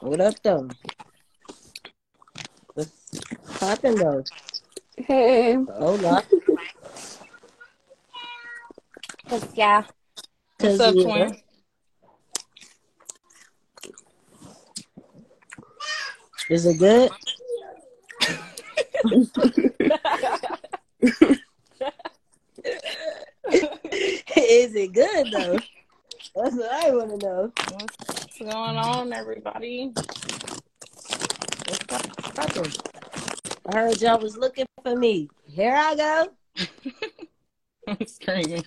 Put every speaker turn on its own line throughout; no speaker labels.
What up, though? What's poppin', though?
Hey.
Hola.
Yeah.
What's
up, twin?
Is it good? Is it good, though? That's what I want to know.
What's going on, everybody?
What's pop- poppin'? I heard y'all was looking for me. Here I go.
I'm screaming.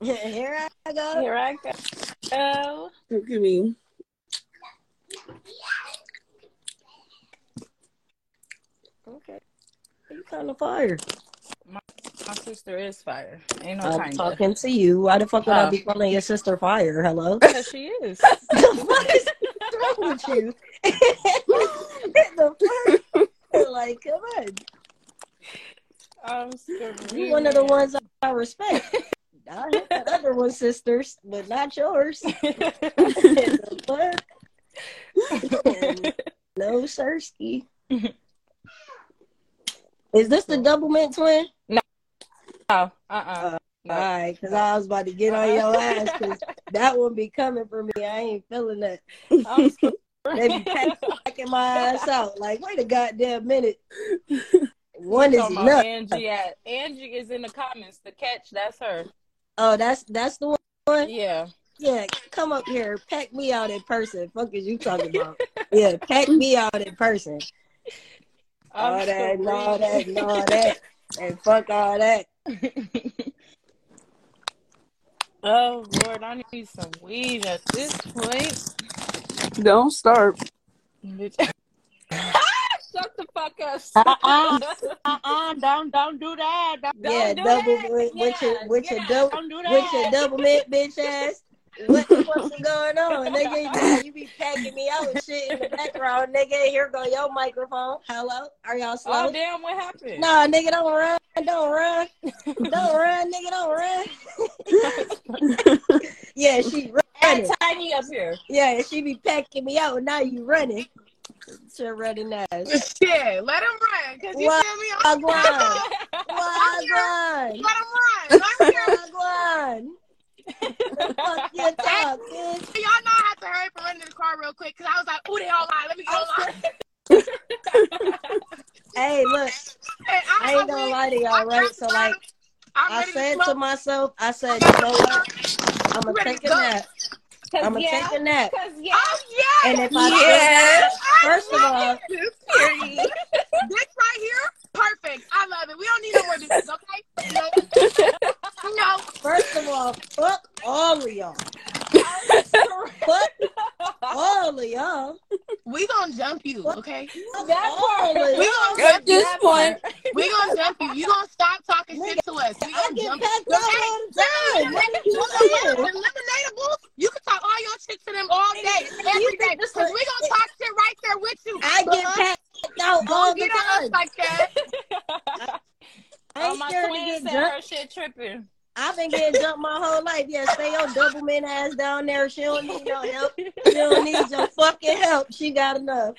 Here I go.
Here I go.
Look at me.
Okay. You kind of fire.
My sister is fire. Ain't no
I'm
kind of.
talking to you. Why the fuck would I
Oh.
be calling your sister fire? Hello?
Because she is.
the fuck is wrong with you? the fuck? Like, come on.
I'm
You
screaming.
one of the ones I respect. I hate that other one's sisters, but not yours. The fuck? no, Sersky. Is this the double mint twin?
oh,
All
uh-uh.
right, because I was about to get on your ass because that one be coming for me. I ain't feeling that.
I'm screaming.
They be packing my ass out. Like, wait a goddamn minute. One is
Talking about
enough.
Angie at Angie is in the comments. The catch, that's her.
Oh, that's that's the one.
Yeah.
Yeah, come up here, pack me out in person. Fuck is you talking about? yeah, pack me out in person.
I'm
all that, and all that,
screaming.
and all that, and fuck all that.
Oh Lord, I need some weed at this point.
Don't start.
Bitch. Ah, Shut the fuck up.
Uh-uh. Uh-uh. Don't don't do that. Don't,
Yeah,
Don't do
double
that.
with, with your
Yeah,
with your
yeah,
double
don't do
with your
that.
double mint bitch ass. What the fuck's going on, nigga? You be packing me out and shit in the background, nigga. Here go your microphone. Hello, are y'all slow?
Oh damn, what happened?
Nah, nigga, don't run. Don't run. Don't run, nigga, don't run. yeah, she running.
Add tiny up here.
Yeah, she be packing me out. Now you running. She running ass.
Shit, let him run. Cause you
Why-
feel me?
Wagwan. Wagwan.
Let him run. Let him run.
Wagwan. Fuck your talk, bitch.
Y'all know I had to hurry up and run to the car real quick because I was like, ooh, they all lie. Let me go lie.
Hey, look, I ain't gonna lie to y'all, right? So, like, I said to myself, I said, you know what? I'm gonna take a nap. I'm
Cause
gonna
yeah,
take a nap.
cause yeah.
Oh, yeah.
And if I feel
Yeah.
first of all,
this right here, perfect. I love it. We don't need no more bitches, okay? No. no.
first of all, fuck all of y'all. Fuck all of y'all.
We gonna jump you, okay?
Fuck
That
all of
We
y'all.
gonna
At
jump you.
this point,
We gonna jump you. You gonna stop talking shit to us. We
I
gonna
get
jump
packed
you.
out all the time. What are you
You
saying?
Eliminatable. You can talk all your shit to them all day, every day. Cause we gonna talk shit right there with you.
I get
Uh-huh.
packed out all
Don't
the
get on us
time.
like that.
I
oh,
ain't
my
scared
twin
to get
said
drunk.
her shit tripping.
I've been getting jumped my whole life. Yeah, stay your double men ass down there. She don't need no help. She don't need your fucking help. She got enough.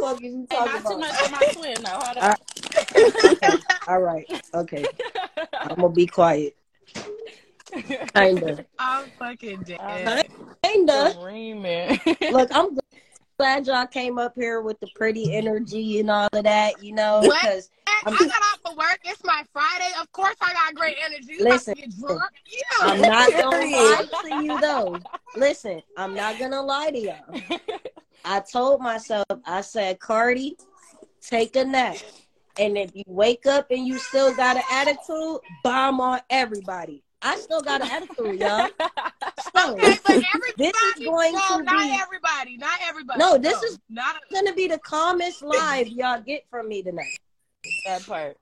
Fuck is you
Hey,
talking
not too
about?
much for my twin though. Hold
Uh,
on.
All right, okay. I'm gonna be quiet. Kinda,
I'm fucking
I'm
dead.
kinda.
screaming.
Look, I'm glad y'all came up here with the pretty energy and all of that. You know,
What?
because
I got off of work. It's my Friday. Of course, I got great energy. You
Listen.
about to get drunk. Yeah.
I'm not gonna lie to you though. Listen, I'm not gonna lie to y'all. I told myself, I said, Cardi, take a nap. And if you wake up and you still got an attitude, bomb on everybody. I still got an attitude, y'all. So
Okay, but everybody.
This is going
no,
to
not
be-
everybody. Not everybody.
No, this is-
not.
it's gonna be the calmest live y'all get from me tonight.
that part.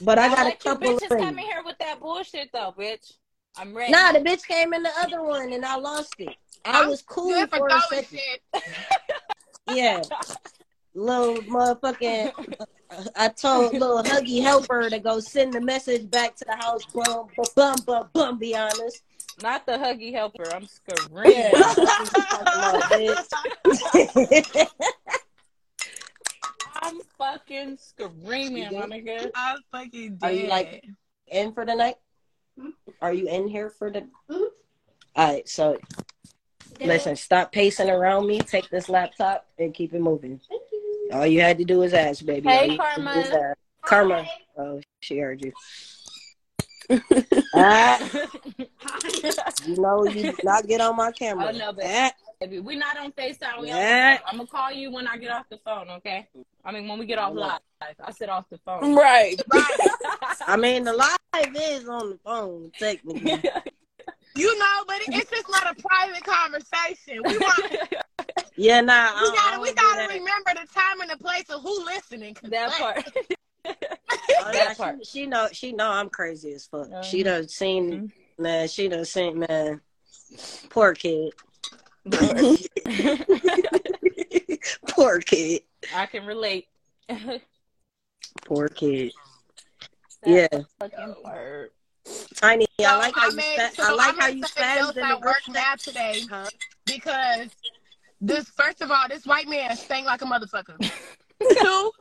But I got a
let you
couple of
bitches
things.
come in here with that bullshit though, bitch. I'm ready.
Nah, the bitch came in the other one and I lost it. I
I'm
was cool
Good for
for a
throwing
second.
shit.
Yeah. Little motherfucking I told little Huggy Helper to go send the message back to the house. Bum, bu- bum, bum, bum, be honest.
Not the huggy helper. I'm
Yeah.
screaming.
Fuck is you talking about, bitch?
fucking screaming, my nigga.
I fucking did.
Are you like- in for the night? Are you in here for the? All right, so listen, stop pacing around me. Take this laptop and keep it moving. All you had to do was ask, baby.
Hey,
All you had to
Karma.
do was ask. Karma. Oh, she heard you. ah, you know you did not get on my camera.
Oh, no, but-
Ah,
Baby, We're not on FaceTime. We
Yeah.
on I'm gonna call you when I get off the phone, okay? I mean when we get off
Yeah.
live. I said off the phone.
Right.
I mean, the live is on the phone technically.
You know, but it- it's just not a private conversation. We want
yeah, nah.
we
I
gotta
don't-
we
I
gotta
don't do
remember the time and the place of who listening. 'cause
that part.
that. Oh,
that
nah,
part.
She, she know. She know I'm crazy as fuck. She
Mhm.
Mm-hmm.
done seen. Man, she done seen. Man, poor kid. poor kid.
I can relate.
Poor kid.
That
yeah,
Fucking word.
tiny. I
So,
like how you.
mean,
Spa- I
so
like
I'm
how you
upset
spazzed in
Joe's
the
at
group
work now today
Huh?
because this first of all, this white man sang like a motherfucker. Two,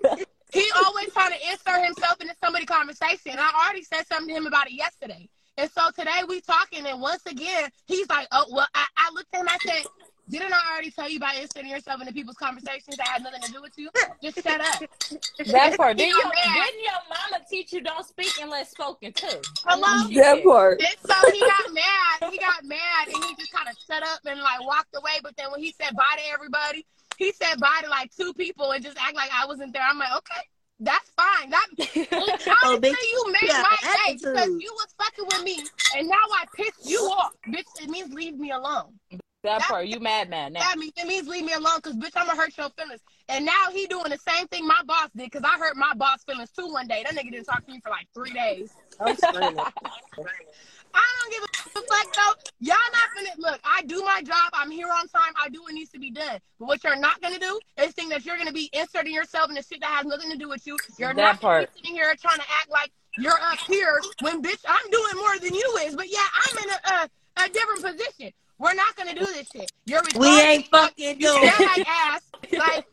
he always trying to insert himself into somebody's conversation. And I already said something to him about it yesterday. And so today we talking, and once again he's like, "Oh well." I, I looked at him. I said, "Didn't I already tell you about inserting yourself into people's conversations that had nothing to do with you? Just shut up."
That part. Didn't your,
He got mad.
didn't your mama teach you don't speak unless spoken to?
Hello?
That part.
And so he got mad. He got mad and he just kind of shut up and like walked away. But then when he said bye to everybody, he said bye to like two people and just act like I wasn't there. I'm like, okay, that's fine. That honestly,
Oh, bitch,
you made
yeah,
my day
attitude.
because you was fucking with me and now I pissed you off, bitch. It means leave me alone.
That part. You mad mad now.
That means it means leave me alone because bitch, I'm gonna hurt your feelings. And now he doing the same thing my boss did because I hurt my boss feelings too one day. That nigga didn't talk to me for like three days.
I'm screaming.
I don't give a fuck though. Y'all not gonna look. I do my job. I'm here on time. I do what needs to be done. But what you're not gonna do is think that you're gonna be inserting yourself in the shit that has nothing to do with you. You're
That
not gonna
part.
be sitting here trying to act like you're up here when bitch I'm doing more than you is. But yeah, I'm in a a, a different position. We're not gonna do this shit. You're
we
retarded.
ain't fucking
You
doing.
smell like ass. Like.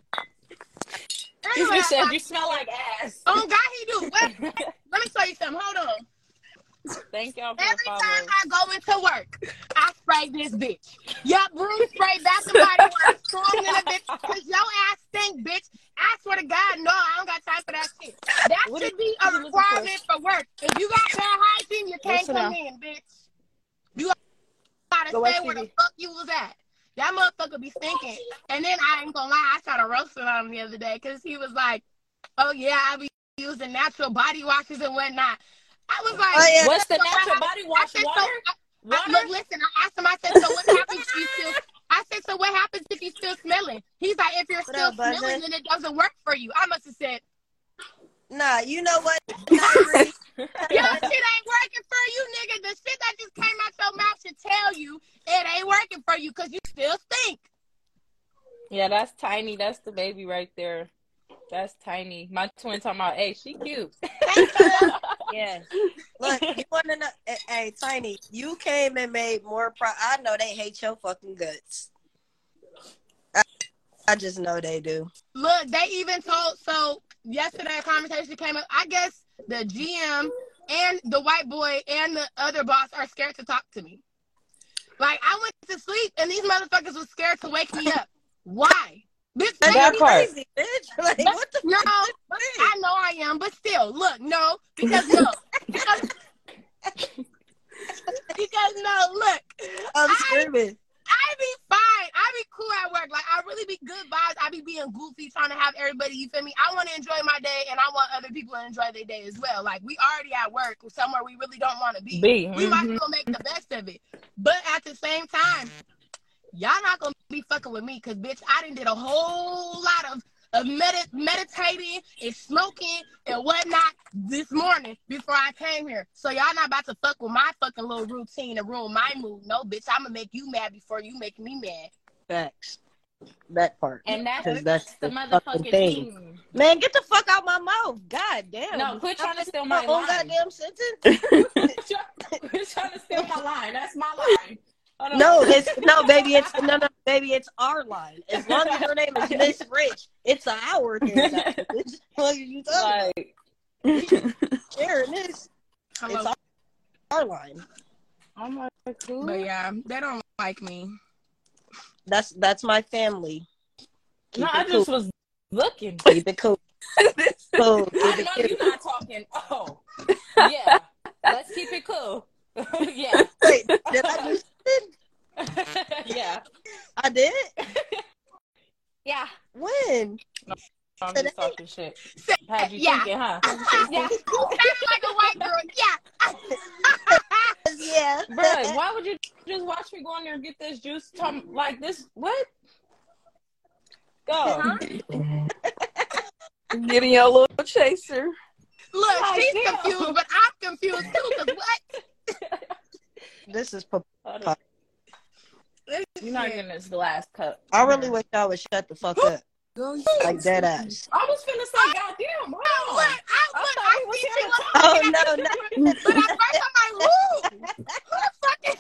This
Anyway,
bitch said you smell like ass.
oh God, he do. Wait, let me tell you something. Hold on.
Thank y'all for the
Every time
follow.
I go into work, I spray this bitch. Your broom spray back to body work strong than a bitch because your ass stink, bitch. I swear to God, no, I don't got time for that shit. That
What
should
is-
be
what
a
you looking
requirement for work. If you got bad hygiene, you can't
Listen
come
now.
in, bitch. You gotta
Go
say
watch
where the
TV.
fuck you was at. That motherfucker be stinking. And then I ain't gonna lie, I tried to roast him on him the other day because he was like, oh yeah, I be using natural body washes and whatnot. I was like,
Oh, yeah.
What's the
so I-
natural body
I
wash
said,
water?
so, I,
Water?
look, listen, I asked him, I said, so what happens if you still, I said, so what happens if you still smelling? He's like, if you're
What
still
up, Buzzer?
smelling, then it doesn't work for you. I must have said,
Nah, you know what? Tyree?
yo, shit ain't working for you, nigga. The shit that just came out your mouth should tell you it ain't working for you because you still stink.
Yeah, that's tiny. That's the baby right there. That's tiny. My twin talking about, hey, she cute.
Thank you.
yeah. Look, you want to know? Hey, hey, Tiny, you came and made more pro. I know they hate your fucking guts. I, I just know they do.
Look, they even told so yesterday a conversation came up. I guess the GM and the white boy and the other boss are scared to talk to me. Like I went to sleep and these motherfuckers was scared to wake me up. Why? Bitch,
Like,
they
That
you
be-
part.
crazy, bitch. Like, what the
no,
fuck?
I know I am, but still, look, no, because no, because, because no, look,
I'm
I-
screaming.
I be fine. I be cool at work. Like I really be good vibes. I be being goofy, trying to have everybody. You feel me? I want to enjoy my day, and I want other people to enjoy their day as well. Like we already at work, somewhere we really don't want to be.
B.
We
mm-hmm.
might
mhm.
as well make the best of it. But at the same time, y'all not gonna be fucking with me, cause bitch, I done did a whole lot of of medit- meditating and smoking and whatnot this morning before I came here. So y'all not about to fuck with my fucking little routine and ruin my mood. No, bitch, I'm gonna make you mad before you make me mad.
Facts. That part.
And that's,
'Cause that's
the
the
motherfucking
fucking
thing.
thing. Man, get the fuck out my mouth. God damn.
No, quit trying to steal
my
my
own
line.
goddamn sentence.
Quit trying to steal my line. That's my line. Hold on.
no, it's no, baby. It's no, no. Baby, it's our line. As long as your name is Miss Rich, it's an hour here. Bitch. What are you talking
Like,
about? Sharing this,
Hello.
it's our, our line.
I'm like, who?
But yeah, they don't like me.
That's that's my family. Keep
No,
it
I just was looking.
cool. keep it cool. cool. Keep
I
it
know
cute.
you're not talking. Oh, yeah. Let's keep it cool. yeah,
Wait, did I just?
yeah,
I did.
yeah.
When?
I'm
Today?
just talking shit.
Say-
Had you
Yeah.
thinking, huh?
Yeah. Sounded like a white girl. Yeah.
yeah.
Bruh, why would you just watch me go on there and get this juice? Tom, like this, what? Go.
Huh?
Getting your little chaser.
Look,
Like,
she's
damn.
confused, but I'm confused too. 'cause what?
This is. pa-
You're not getting this glass cup.
I really wish y'all would shut the fuck up. Like dead ass.
I was finna say, goddamn,
Oh,
hold
look,
on.
I, look,
thought
I
we was
see
here
you.
to talk.
Oh no, no.
But at first I'm like,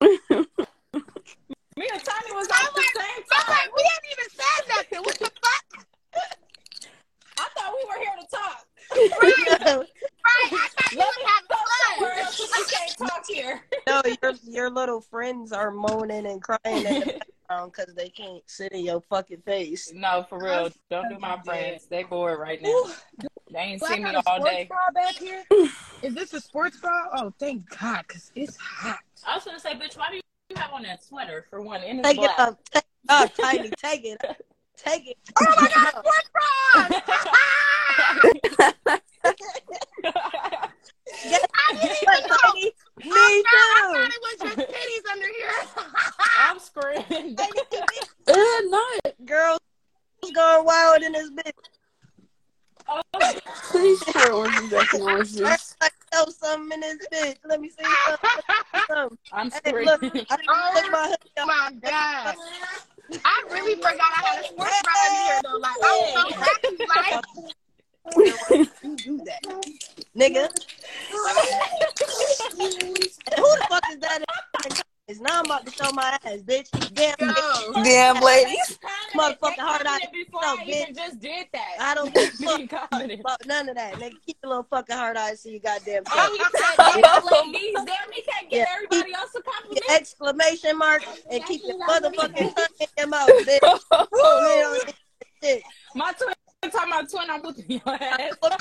who? Who the fuck is
Me and Tiny was
I'm
at the same
I'm
time.
like, we haven't even said nothing. What the fuck?
I thought we were here to talk.
no,
Right? I thought you
Let
would have
Somewhere
fun.
else, we can't talk here.
no, your your little friends are moaning and crying in the background because they can't sit in your fucking face.
No, for real. Don't do my friends. They bored right now.
Ooh,
They ain't
do I
seen me
got a
all
sports
day.
bra back here? Is this a sports bra? Oh, thank God, because it's hot.
I was gonna say, bitch, why do you have on that sweater for one? And it's
Take it
black.
up, take it up, tiny, take it, up. take it.
Oh my God, sports bra! Ah! I didn't even know.
Tiny, me too.
I thought it was just titties under here.
I'm screaming.
Uh, no,
Girls going wild in this bitch.
Oh,
please share orange and Jackie oranges.
I like throw something in this bitch. Let me see something. something.
I'm
Hey, look, I
screaming.
didn't look my
Oh
hoodie
my god. I really forgot I had a sports bra in here though. Like I'm so happy. Like you do that.
nigga. Who the fuck is that? It's now I'm about to show my ass, bitch. Damn, bitch.
Yo.
Damn, ladies.
Motherfucking hard
out.
eyes.
Before
No,
I even
bitch.
just did that.
I don't give a fuck
Being confident.
about none of that, nigga. Keep your little fucking hard eyes to your goddamn
Oh,
self.
you said that, ladies. Damn, he can't give
Yeah.
everybody else a compliment.
Your exclamation mark and keep your motherfucking tongue in your mouth, bitch. You don't need that shit.
My twin, time my twin, I'm whooping your ass.
now,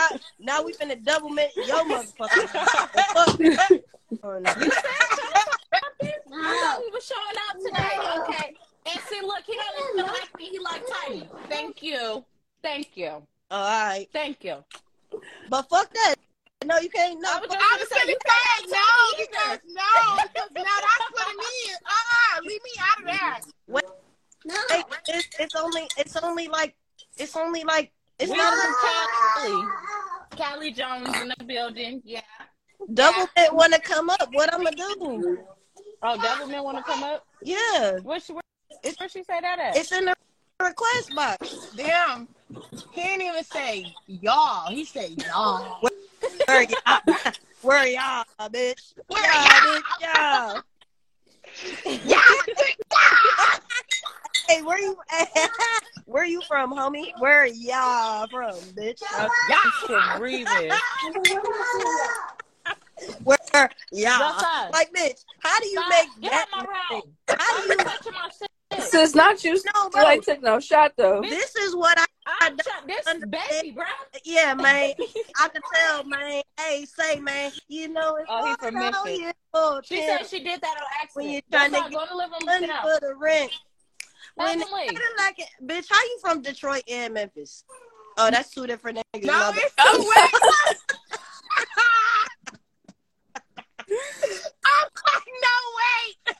now, now we finna double mint your motherfucking ass. The fuck? Oh, no.
Oh, we were showing out today. Okay. And see, look, he don't even like me. He like Tiny. Thank you. Thank you.
All right,
Thank you.
but fuck that. No, you can't.
I
No,
was
fuck-
just
I
gonna
was
say,
gonna
you
say no because
can't
no, because no, that's what it means. Uh-uh, leave me out of that.
hey, it's, it's only, it's only like, it's only like, it's
we
not
was
even
in Cali. Cali Jones in the building. Yeah.
double mint wanna come up. What I'ma do?
Oh, Devilman want to come up?
Yeah,
Where she, where, where she say that at?
it's in the request box.
Damn. He didn't even say y'all. He said y'all.
Where y'all? Where y'all, bitch?
Where
y'all,
y'all?
bitch? Y'all.
Y'all
Hey, where you? where you from, homie? Where y'all from, bitch?
Oh, Y'all breathing.
Where y'all?
Y'all.
Like, bitch, how do you
Stop.
make
Get
that?
out my room.
How do
I'm
you?
touching my shit.
Sis, not you.
No,
No, I took no shot though.
This is what I.
I'm try- this is baby, bro.
Yeah, man. I can tell, man. Hey, say, man. You know it's
Oh, he from
hard out
Memphis.
here for
She
ten
said she did that on accident.
When you're
That's
trying
why
to
go in the living room and
money
sit down.
for the rent. When
That's
it-
late.
like it, bitch, how you from Detroit and Memphis? Oh, that's two different niggas.
No,
my bad.
it's too wet. I'm like, no,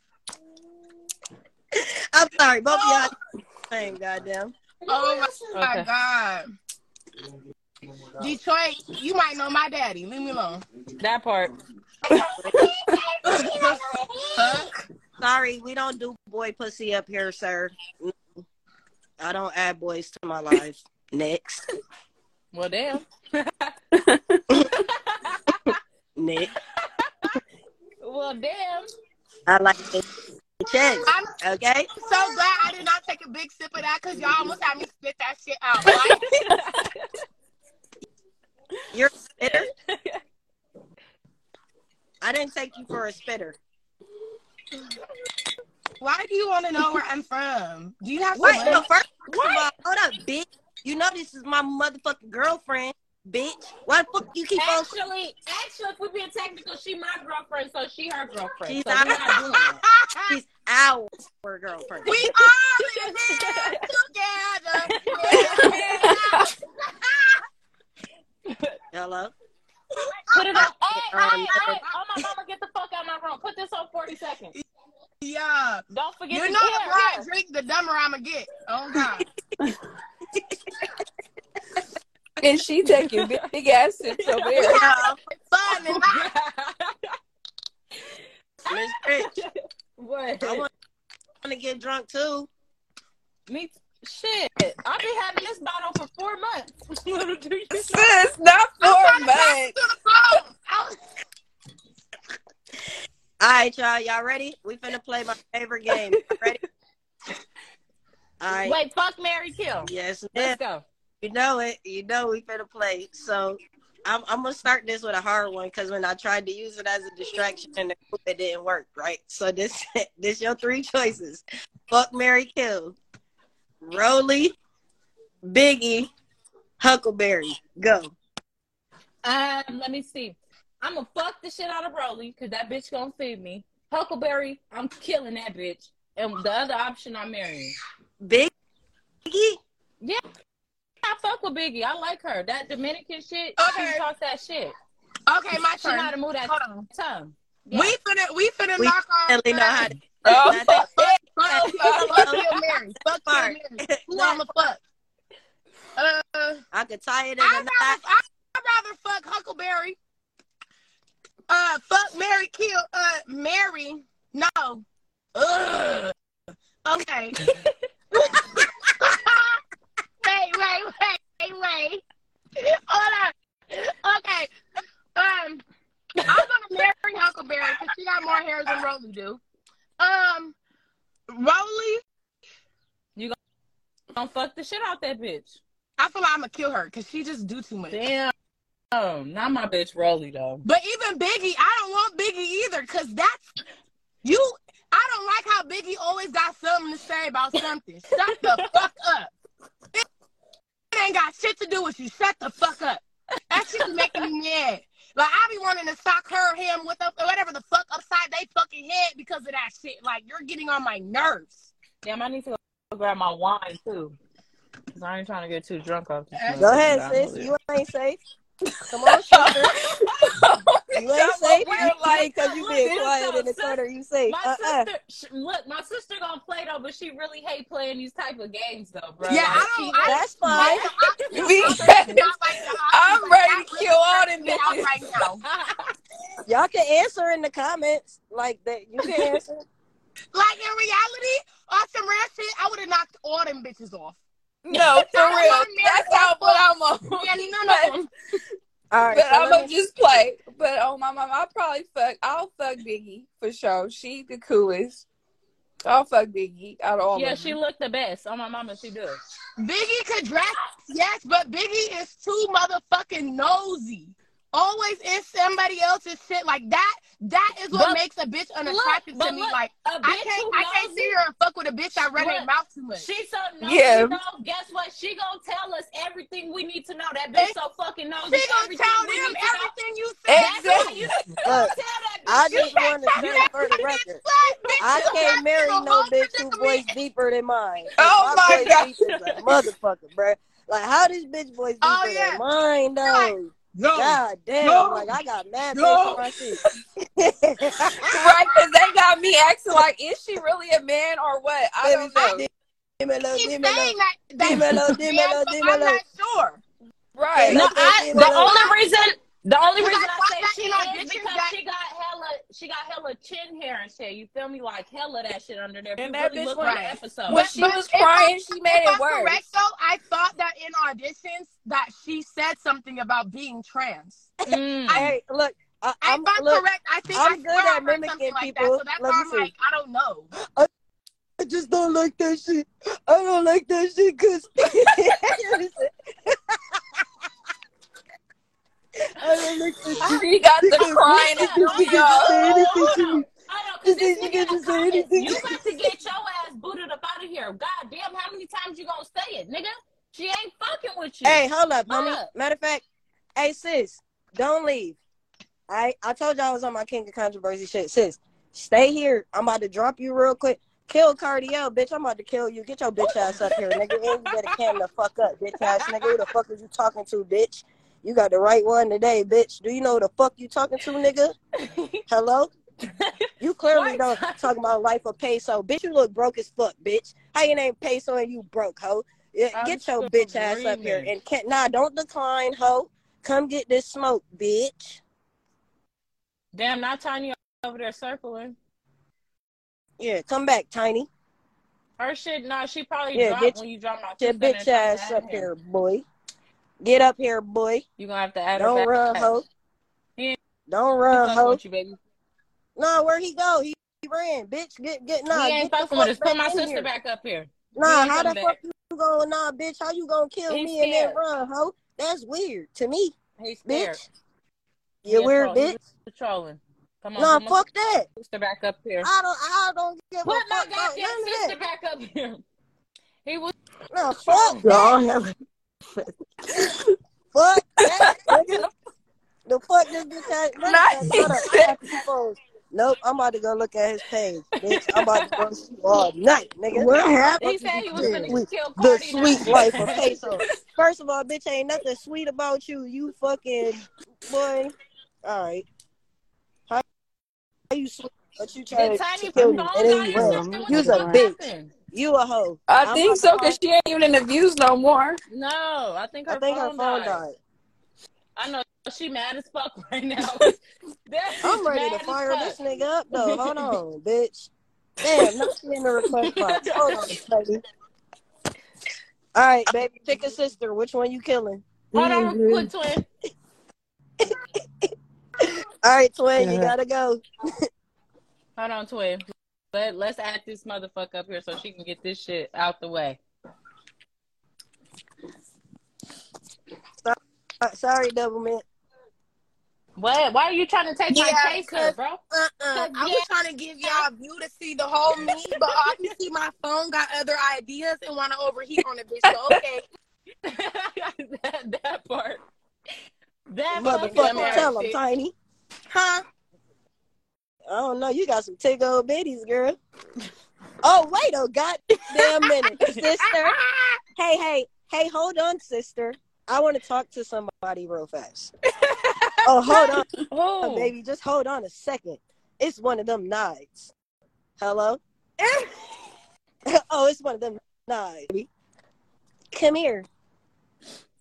wait.
I'm sorry, both of y'all. Same goddamn.
Oh my
Okay.
god. Detroit, you might know my daddy. Leave me alone.
That part.
Fuck.
Sorry, we don't do boy pussy up here, sir. No. I don't add boys to my life. Next,
Well, damn.
Nick.
Well, damn.
I like this chest.
I'm
Okay?
so glad I did not take a big sip of that because y'all almost had me spit that shit out. Like,
You're a spitter? I didn't take you for a spitter.
why do you want to know where I'm from? Do you have
Wait,
someone?
no, first of all, hold up, bitch. You know this is my motherfucking girlfriend, bitch. Why the fuck you keep on?
Actually, actually, if we're being technical, she my girlfriend, so she her girlfriend.
She's
so we're not doing that.
She's our girlfriend.
we all live together. Yeah.
Hello?
Put it
Um,
on. Hey, hey, hey. Oh my mama, get the fuck out of my room. Put this on forty seconds.
yeah.
Don't forget.
You
to
know the
here,
more I
here.
drink, the dumber I'ma get. Oh God.
And she taking big, big ass sips over there.
Yeah,
Fun and hot.
Miss Rich,
what?
I want to get drunk too.
Me? Shit. I've been having this bottle for four months. Little do you know.
Sis, not
I'm
for
trying to talk
much.
to the phone. I was-
All right, y'all. Y'all ready? We finna play my favorite game. Y'all Ready? All right.
Wait, fuck Mary Kill.
Yes, ma'am.
Let's go.
You know it. You know we finna play. So I'm, I'm gonna start this with a hard one because when I tried to use it as a distraction in the group, it didn't work. Right. So this this your three choices: fuck, Mary, kill, Roly, Biggie, Huckleberry. Go.
Um, let me see. I'm gonna fuck the shit out of Broly because that bitch gonna feed me. Huckleberry, I'm killing that bitch. And the other option, I'm marrying.
Biggie.
I fuck with Biggie. I like her. That Dominican shit.
Okay.
She talk that shit.
Okay, my
She know how
turn.
to move that
Hold on.
tongue. Yeah.
We finna we finna
We
knock off.
Definitely know how to.
Oh,
Fuck,
Fuck, fuck, fuck Hail Mary. Fuck Hail
Fart.
Mary. No, I'ma fuck. Uh, I'd
I could tie it in a
rather,
knot.
I'd rather fuck Huckleberry. Uh, fuck Mary, kill uh Mary. No. Ugh. Okay. wait, wait, wait, wait. Hold on. Okay. Um, I'm gonna marry Huckleberry because she got more hair than Rolly do. Um, Rolly.
Don't fuck the shit out that bitch.
I feel like I'm gonna kill her because she just do too much.
Damn. Um, Not my bitch Rolly though.
But even Biggie, I don't want Biggie either because that's you. I don't like how Biggie always got something to say about something. Shut the fuck up. It, it ain't got shit to do with you. Shut the fuck up. That shit's making me mad. Like I be wanting to sock her, him, with up, whatever the fuck upside they fucking head because of that shit. Like you're getting on my nerves.
Damn, I need to go grab my wine too. Cause I ain't trying to get too drunk off this.
Go
motherfucker.
ahead,
I'm
sis.
over
You ain't safe. Come on, shooter. You ain't safe.
We're like, cause you being
Look,
quiet in the
sis-
corner. You say,
My
uh-uh.
sister, sh- look, my sister gonna play though, but she really hate playing these type of games though, bro.
Yeah,
Like,
I don't. I,
That's fine. We,
not like the
I'm ready to kill all them
Get out
bitches.
right now.
Y'all can answer in the comments. Like that, you can answer.
Like in reality, on some real shit, I would have knocked all them bitches off.
No, for
I'm
real.
not married.
That's how but I'm on.
Really, none of
But,
them.
All right.
but
so
I'm
let
gonna
me-
just play. But oh my mom, I'll probably fuck. I'll fuck Biggie for sure. She the coolest. I'll fuck Biggie out of all
yeah,
of
she
them.
looked the best. Oh my mama, she does.
Biggie could dress, yes, but Biggie is too motherfucking nosy. Always in somebody else's shit like that. That is what
But-
makes a bitch unattractive
but
to me.
look,
like
A bitch
I can't,
who
I can't
knows
see her and fuck with a bitch that run their
Look,
mouth too much.
She so nosy.
Yeah.
Yeah. Guess what? She gonna tell us everything we need to know. That bitch so fucking nosy.
She gonna
everything we
tell them
need to know.
everything you say.
Exactly.
That's why you
Look,
tell that bitch.
I
you
just
can't
want to
You
say for the
can't
record,
say, bitch,
I
you
can't
got
marry
in a
no
whole
bitch who
predicament.
voice deeper than mine.
Oh my
voice
God.
deep is a motherfucker, bruh. Like how this bitch voice deeper
Oh, yeah.
than mine though.
like,
oh,
No.
God damn!
No.
Like I got mad bitch in
No.
my shit.
Right, because they got me acting like, is she really a man or what? I don't know.
Dímelo,
She's saying
dímelo.
that. that
Dímelo, dímelo,
Yeah, but I'm
dímelo.
not sure.
Right.
No,
Like,
I,
you
the
know-
only reason the only
You
reason
got
I
fucked
say
up,
she
you know,
is
bitches
because
got-
she got hella she got hella chin hair and shit. You feel me? Like hella that shit under there. If
And
you
that
really
bitch
look at
right.
the episode.
When she
But
was
if I'm-
crying, she made
if
it
I'm
worse.
correct though, I thought that in auditions that she said something about being trans.
Mm.
Hey, look, I,
If
I'm,
I'm
look,
correct, I think
I'm
I
good
swear I
at
heard something
mimicking
like that.
people.
So that's
Let
why
me
I'm
see.
like, I don't know.
I just don't like that shit. I don't like that shit because. I don't like that shit.
She got the crying
This
in the
nigga
video.
Hold on, hold on,
This
because this
nigga
nigga
just
just
said anything.
You got to get your ass booted up out of here. God damn, how many times you gonna say it, nigga? She ain't fucking with you.
Hey, hold up,
Hold
homie.
up.
Matter of fact, hey sis, don't leave. I I told y'all I was on my King of Controversy shit. Sis, stay here. I'm about to drop you real quick. Kill Cardio, bitch. I'm about to kill you. Get your bitch ass up here, nigga. And you better cam the fuck up, bitch ass nigga. Who the fuck is you talking to, bitch? You got the right one today, bitch. Do you know who the fuck you talking to, nigga? Hello? You clearly
Why-
don't talk about life of peso. Bitch, you look broke as fuck, bitch. How your name peso and you broke, ho? Yeah,
I'm
get your
still
bitch ass up here
dreaming.
and can't nah, don't decline, ho. Come get this smoke, bitch.
Damn, not Tanya over there circling.
Yeah, come back, Tiny.
Her shit, no, she probably
Yeah,
dropped
get
when you dropped my
Get your bitch ass up here, boy. Get up here, boy.
You gonna have to add her
Don't
back.
run, ho.
Yeah.
Don't
She
run,
fucking
ho.
with you, baby.
Nah, where he go? He, he ran, bitch. Get get nah.
he ain't
get the
fucking with
fuck
us. Put my
in
sister
here.
back up here.
Nah,
He ain't
how the
coming
fuck
back.
you gonna nah, bitch? How you gonna kill
He's
me and then
scared.
run, ho? That's weird to me,
He's scared.
bitch. You
Yeah,
weird,
troll.
bitch.
He was trolling. Come on,
Nah,
put my
fuck that.
sister back up here.
I don't. I don't give
Put
a
my
fuck about
goddamn
none
sister
of that.
back up here. He was
Nah, fuck that.
Y'all have
Fuck that. nigga. the fuck this bitch had. matter of fact, Hold up, I got two phones. Nope, I'm about to go look at his page, bitch. I'm about to go see you all night, nigga.
what happened?
he said he was gonna
Sweet-
kill
The
Cardi. now.
sweet life of peso. First of all, bitch, ain't nothing sweet about you. You fucking boy. All right. How, how you sweet? But you trying
Did
to,
Tiny
to
put
kill
on
me,
by
and then you
herself?
run.
I'm
What
You
the
was a
fuck
bitch.
happened?
You a hoe.
I
I'm
think
about to
so,
call-
cause she ain't even in the views no more.
No, I think her,
I think her phone died.
I know she mad as fuck right now.
I'm ready to fire this nigga up though. Hold on, bitch. Damn, not she in the request box. Hold on, baby. All right, baby, pick a sister. Which one you killing?
Hold on, real quick, twin.
All right, twin, you
Yeah.
gotta go.
Hold on, twin. Let let's add this motherfucker up here so she can get this shit out the way.
Uh, sorry, double mint.
What? Why are you trying to take
Yeah,
my chaser,
cause-
bro?
Uh-uh. I was trying to give y'all a view to see the whole me, but obviously my phone got other ideas and want to overheat on the bitch. So okay,
that, that part. That fucking
Motherfucker,
America.
part.
tell him, Tiny.
huh?
I don't know. You got some tig old bitties, girl. Oh, wait a goddamn minute, sister. Hey, hey, hey, hold on, sister. I want to talk to somebody real fast. oh, hold on. Oh,
Who?
baby, just hold on a second. It's one of them nights. Hello? oh, it's one of them nights. baby. Come here.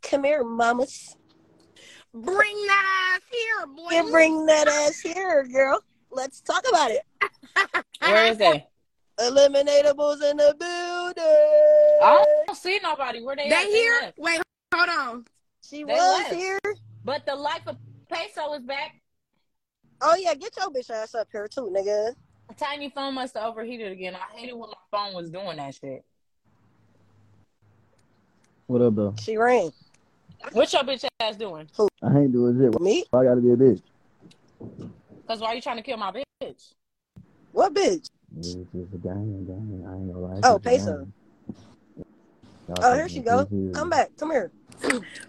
Come here, mamas.
Bring that ass here, boy.
You bring that ass here, girl. Let's talk about it.
Uh-huh.
Where is they?
Eliminatables in the
Ah,
building.
I don't see nobody. Where they? at?
They here?
left.
Wait, hold on.
she
they
was
left.
here.
But the life of peso is back.
Oh, yeah, get your bitch ass up here, too, nigga.
Tiny phone must have overheated again. I hated when my phone was doing that shit.
What up, though?
She ran.
What your bitch ass doing?
I ain't doing shit.
Me?
Why I gotta be a bitch?
Cause why you trying to kill my bitch?
What bitch?
It's just a gang, gang. I ain't gonna lie. It's
Oh,
just a
peso.
gang. Y'all
Oh, here
taking
she
it
go.
too serious.
Come back. Come here.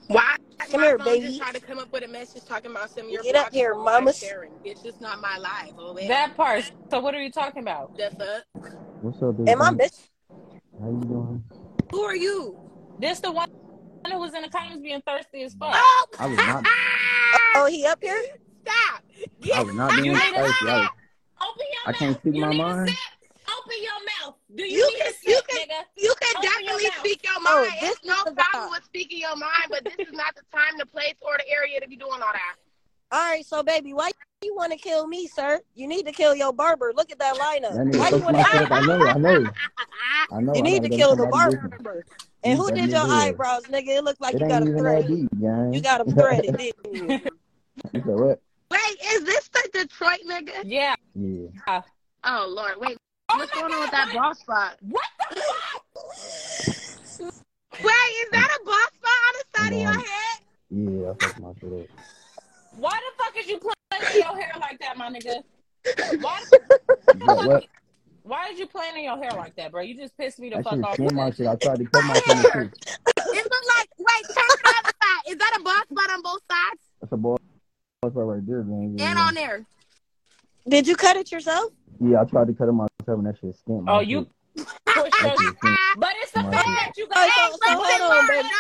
Why?
Come
my
here,
phone
baby.
Just try to come up with a message talking about some of your
Get up
blogs
here,
are online
mamas.
sharing. It's just not my life. Oh, well.
That part. So what are you talking about?
the fuck?
What's up, baby?
Am I bitch?
How you doing?
Who are you?
This the one who was in the comments being thirsty as fuck.
Oh,
I was not-
Oh, he up here?
Ah, stop.
I
Get
was not being
You need to
thirsty. I, was,
Open your
I
mouth.
can't speak
you
my
need
mind.
A sip? Open your mouth. Do you,
You
need
can-
a sip,
you can-
nigga?
You can
Open your
definitely
mouth.
speak your
Oh,
mind.
this
It's no
is the
problem
vibe.
with speaking your mind, but this is not the time, the place, or the area to be doing all that.
All right, so baby, why you want to kill me, sir? You need to kill your barber. Look at that lineup.
That nigga
Why you
fucked
want to
my shit
kill?
up. I know. I know. I know.
You
I
need
gotta
to
go
kill the
somebody different.
barber. And who
That
did
nigga
your
is.
eyebrows, nigga? It looked like
It
you
ain't
got them
even that
threaded.
deep, gang.
You got them threaded, didn't you?
you said what?
Wait, is this the Detroit nigga?
Yeah.
Yeah.
Oh Lord, wait.
Oh
What's
my
going
God,
on with that ball spot?
What the fuck?
Wait, is that a ball spot on the side of your
Come on.
head?
Yeah, I fucked my shit up.
Why the fuck is you playing in your hair like that, my nigga? Why, the
What, what?
why is you playing in your hair like that, bro? You just pissed me the
That
fuck
shit
off.
tore my shit. I tried to cut my shit. too.
It look like wait, turn to the other side. Is that a ball spot on both sides?
That's a ball. That's right, right there, man.
And on there.
Did you cut it yourself?
Yeah, I tried to cut it myself, and that shit skint. my
Oh,
shit.
you pushed your shit.
Mm.
But it's the
My
fact
shit.
that you
Hey,
got
so-
on.
so
Wait,
hold
wait,
on,
wait,
baby.
wait, wait.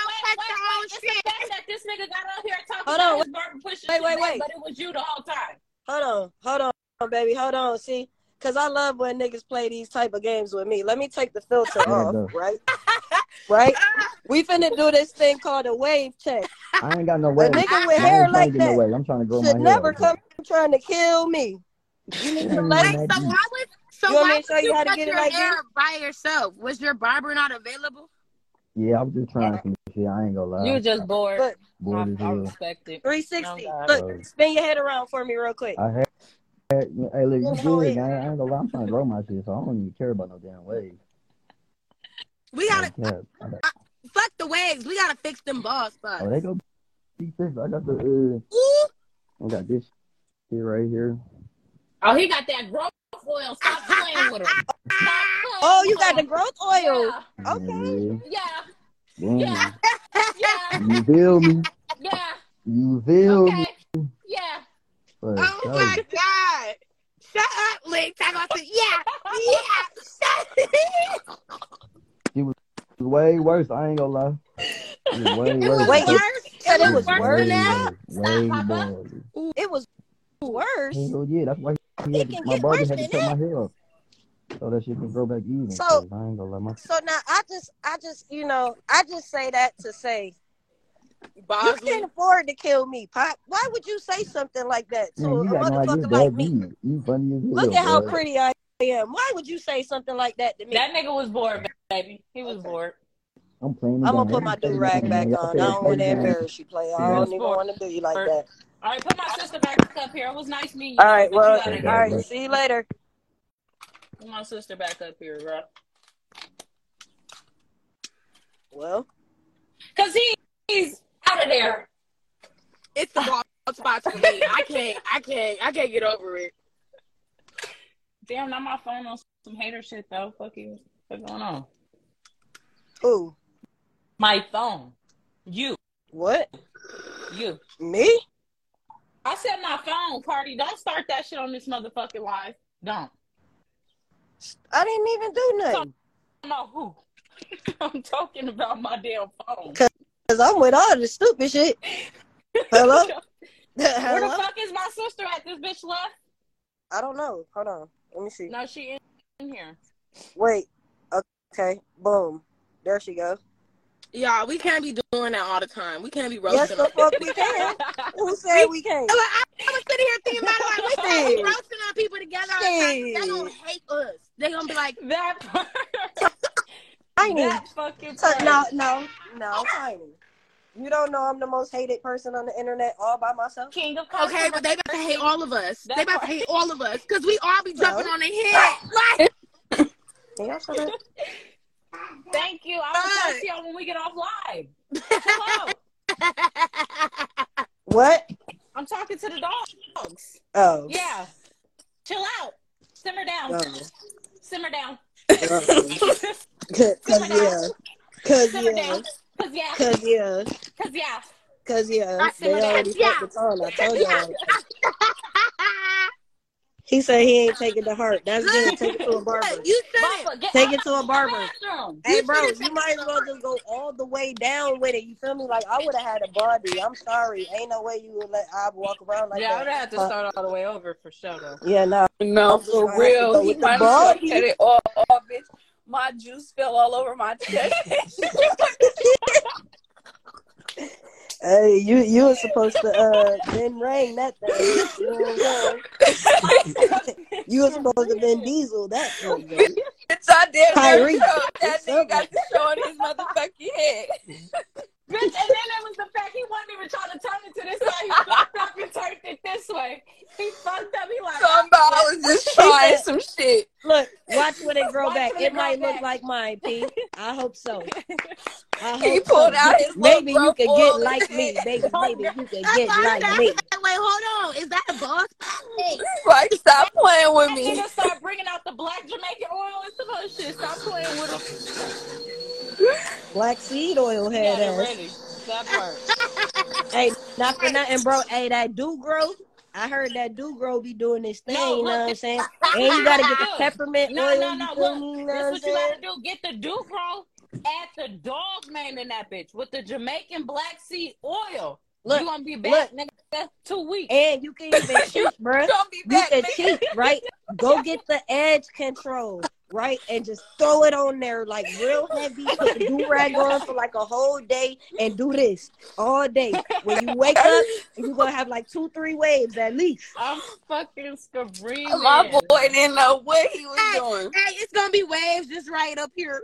It's the fact that this nigga got on here talking
Hold
about
on,
his barber pushing
wait,
shit
wait,
back,
wait.
but it was you the whole time.
Hold on, hold on, baby, hold on. See, cause I love when niggas play these type of games with me. Let me take the filter
Yeah, no.
off, right? Right? We finna do this thing called a wave check.
I ain't got no way.
A nigga
I
with
ain't
hair
trying
like
to get
that
no way. I'm trying to grow
should
my hair.
never come trying to kill me. You need to let
Wait,
it.
so
Like
why
that.
was so
You want me
why
to show
did
you
you
how to
cut
get it
your
like
hair by yourself? Was your barber not available?
Yeah, I'm just trying some shit. I ain't gonna lie.
You just bored.
But-
Uh, bored as
I, I
hell.
respect it.
360.
Oh, God.
Look, spin your head around for me real quick.
I had, had- hey, look, you
Go
good,
ahead.
man. I ain't gonna lie. I'm trying to grow my shit, so I don't even care about no damn waves.
We gotta
Like, yeah, I got-
fuck the waves. We gotta fix them ball spots.
oh, they go be fixed. I got the,
Ooh,
uh, I got this shit right here.
Oh, he got that growth oil. Stop playing with him. Stop playing
Oh, you
with
got the
him.
growth oil.
Yeah,
Okay.
yeah,
Yeah.
Yeah. yeah,
Damn. uh, You feel me?
yeah.
You feel me?
Okay, yeah.
But,
oh my god. Shut up, Link. Talk about the yeah, yeah. Shut
It's way worse. I ain't gonna lie. It's way
It
worse.
was
Wait,
It's
you
worse.
said it
way
was worse now?
worse. Way
Stop, Papa.
worse.
It was worse.
Hell yeah, that's why he had
It
to,
can
my
get
barber
worse
had to
than
cut my hair up so that shit can grow back even.
So-
'cause I ain't gonna let my
So now I just, I just, you know, I just say that to say you can't afford to kill me, Pop. Why would you say something like that to
man,
a
you got no idea
motherfucker
that
like me?
deep. You funny as hell.
Look at how
bro.
pretty I am. Why would you say something like that to me?
That nigga was bored, baby. He was bored.
I'm playing.
I'm gonna put my do rag back on. I don't want to embarrass you, player. I don't even want to do you like that.
All right, put my sister back up here. It was nice meeting you.
All right,
but
well,
you gotta
all
Okay.
go.
right. See you later.
Put my sister back up here, bro.
Well,
Cause he, he's out of there.
It's the ball spots for me. I can't. I can't. I can't get over it.
Damn, now my phone on some hater shit though. Fuck you. What's going on?
who?
My phone. You,
What?
you.
Me?
I said my phone, Cardi. Don't start that shit on this motherfucking live. Don't.
I didn't even do nothing.
I don't know who. I'm talking about my damn phone.
Cause I'm with all the stupid shit. Hello?
Where the
Hello?
fuck is my sister at? This bitch left.
I don't know. Hold on. Let me see.
No, she in, in here.
Wait. Okay. Boom. There she go.
Y'all, we can't be doing that all the time. We can't be
Yes,
roasting.
the
on-
fuck Oh, we can. Who said we can't?
I, I, I was sitting here thinking about it. Like, we can't be
Shit.
roasting on people together all the time. They gonna hate us. They gonna be like,
That part.
Tiny.
That fucking
So,
part.
no, no, no, Tiny. You don't know I'm the most hated person on the internet all by myself?
King of
okay, but they about to hate all of us. They about to hate all of us because we all be jumping on their head. Like,
Yeah, so that-
Thank you. I will talk to y'all when we get off live. Hello.
What?
I'm talking to the dogs.
Oh.
Yeah. Chill out. Simmer down.
Oh.
Simmer down.
Oh. Cause, cause yeah. Cause
Simmer
yeah.
down. Cause yeah.
Cause yeah.
Cause yeah.
Cause yeah.
I
They
said,
already
yeah.
put the tone. I told y'all.
Ah,
He said he ain't taking the heart. That's good. Take it to a barber.
you said it.
Papa, get
Take
out
it to a
the
barber.
bathroom.
Hey,
You
bro,
should've
you
taken
might as
the
well just go all the way down with it. You feel me? Like I would have had a body. I'm sorry. Ain't no way you would let I walk around like
Yeah, I
that.
would have to
Fuck.
start all the way over for sure though.
Yeah, no.
No, for real. He might as well cut it all off, bitch. My juice fell all over my chest.
Hey, you you were supposed to uh Ben Rain that thing. You know what I'm saying? You were supposed to Ben Diesel that thing. bro.
Bitch, I damn near
Tyrese,
choked. That
what's
nigga
up?
got the show on his motherfucking head.
Bitch, and then it was the fact he wasn't even trying to turn it to this side. He fucked up and turned it this way.
back.
finna
It
go
might look
back.
like mine, P. I hope so. I hope
He pulled
so.
out his little
Maybe you
rope
can
oil
get
and
like
shit.
me. Baby, maybe you can
That's
get
why I
like
said-
me.
I said, Wait, hold on. Is that a boss? Hey,
Like, stop playing with
And
me.
then start bringing out the black Jamaican oil and some other shit. Stop playing with them.
Black seed oil
Yeah,
head
they
ass.
ready. That part.
Hey, not for nothing, bro. Hey, that do grow. I heard that do grow be doing this thing,
No,
you know
look.
what I'm saying? And you gotta get the
Look.
peppermint
No,
oil.
no,
you
no,
feel
look,
me? You know
That's
what I'm
what you
saying?
gotta do. Get the Duke roll. Add the dog name in that bitch with the Jamaican black seed oil.
Look,
you gonna be back, nigga, two weeks.
And you can even cheat, bro.
Don't be
You
back,
can
nigga.
cheat, right? Go get the edge control, right? And just throw it on there like real heavy. Put the do rag on for like a whole day and do this all day. When you wake up, you're gonna have like two, three waves at least.
I'm fucking screaming.
My boy didn't know what he was doing.
hey, it's gonna be waves just right up here.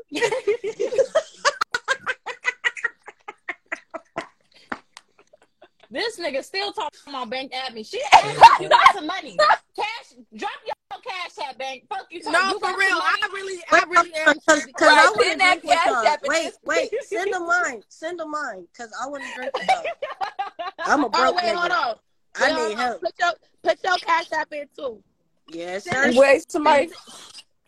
This nigga still talking about bank at me. She asked you got some money. Cash, drop your cash at bank. Fuck you.
No,
you
for
got
real.
some money?
I really, I really am.
Cause, cause
Right,
I want to
then that
drink with
cash
y'all.
app is-
Wait, wait, send them mine. Send them mine, cause I want to drink with y'all. I'm a
Oh
broke
wait, hold
nigga.
on. Wait,
I
hold
need
on.
help.
Put your put your cash app in too.
Yes, sir.
Wait, somebody.